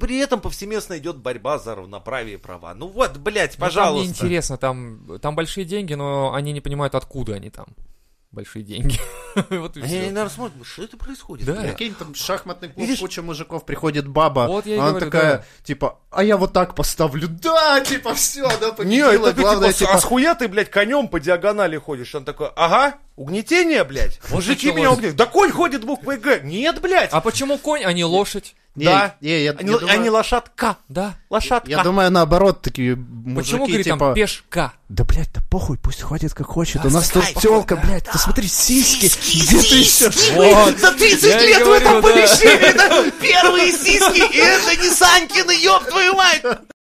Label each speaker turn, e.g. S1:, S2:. S1: При этом повсеместно идет борьба за равноправие и права. Ну вот, блядь,
S2: Ну, Там
S1: пожалуйста.
S2: неинтересно, там, там большие деньги, но они не понимают, откуда они там. Большие деньги. Вот и
S1: Они,
S2: всё.
S1: наверное, смотрят, «Ну, что это происходит?
S2: Да.
S1: блядь?»
S3: Прикинь, там шахматный клуб,
S1: Видишь?
S3: куча мужиков, приходит баба,
S2: Вот я и
S3: она
S2: говорю,
S3: такая,
S2: да.
S3: типа, а я вот так поставлю, да, типа, все, да,
S1: Не,
S3: победила,
S1: это ты, типа,
S3: главное,
S1: с- а
S3: типа,
S1: с хуя ты, блядь, конем по диагонали ходишь? Он такой, ага, угнетение, блядь. Мужики
S2: что
S1: меня
S2: вот.
S1: угнетают. Да конь ходит буквой Г. Нет, блядь.
S2: А почему конь, а не лошадь?
S3: не,
S1: да.
S3: не, я, я
S1: Они,
S3: думаю,
S1: они лошадка.
S2: Да.
S1: Лошадка.
S3: я думаю, наоборот, такие мужики,
S2: Почему, говорит,
S3: типа,
S2: там пешка?
S3: да, блядь, да похуй, пусть ходит как хочет,
S2: Да,
S3: у нас
S2: срай,
S3: тут телка, блядь, ты смотри, сиськи, где ты еще?
S1: За 30
S2: Я и
S1: лет в
S2: говорю,
S1: этом
S2: да.
S1: помещении, да, первые сиськи, и это не Санькины, ёб твою мать!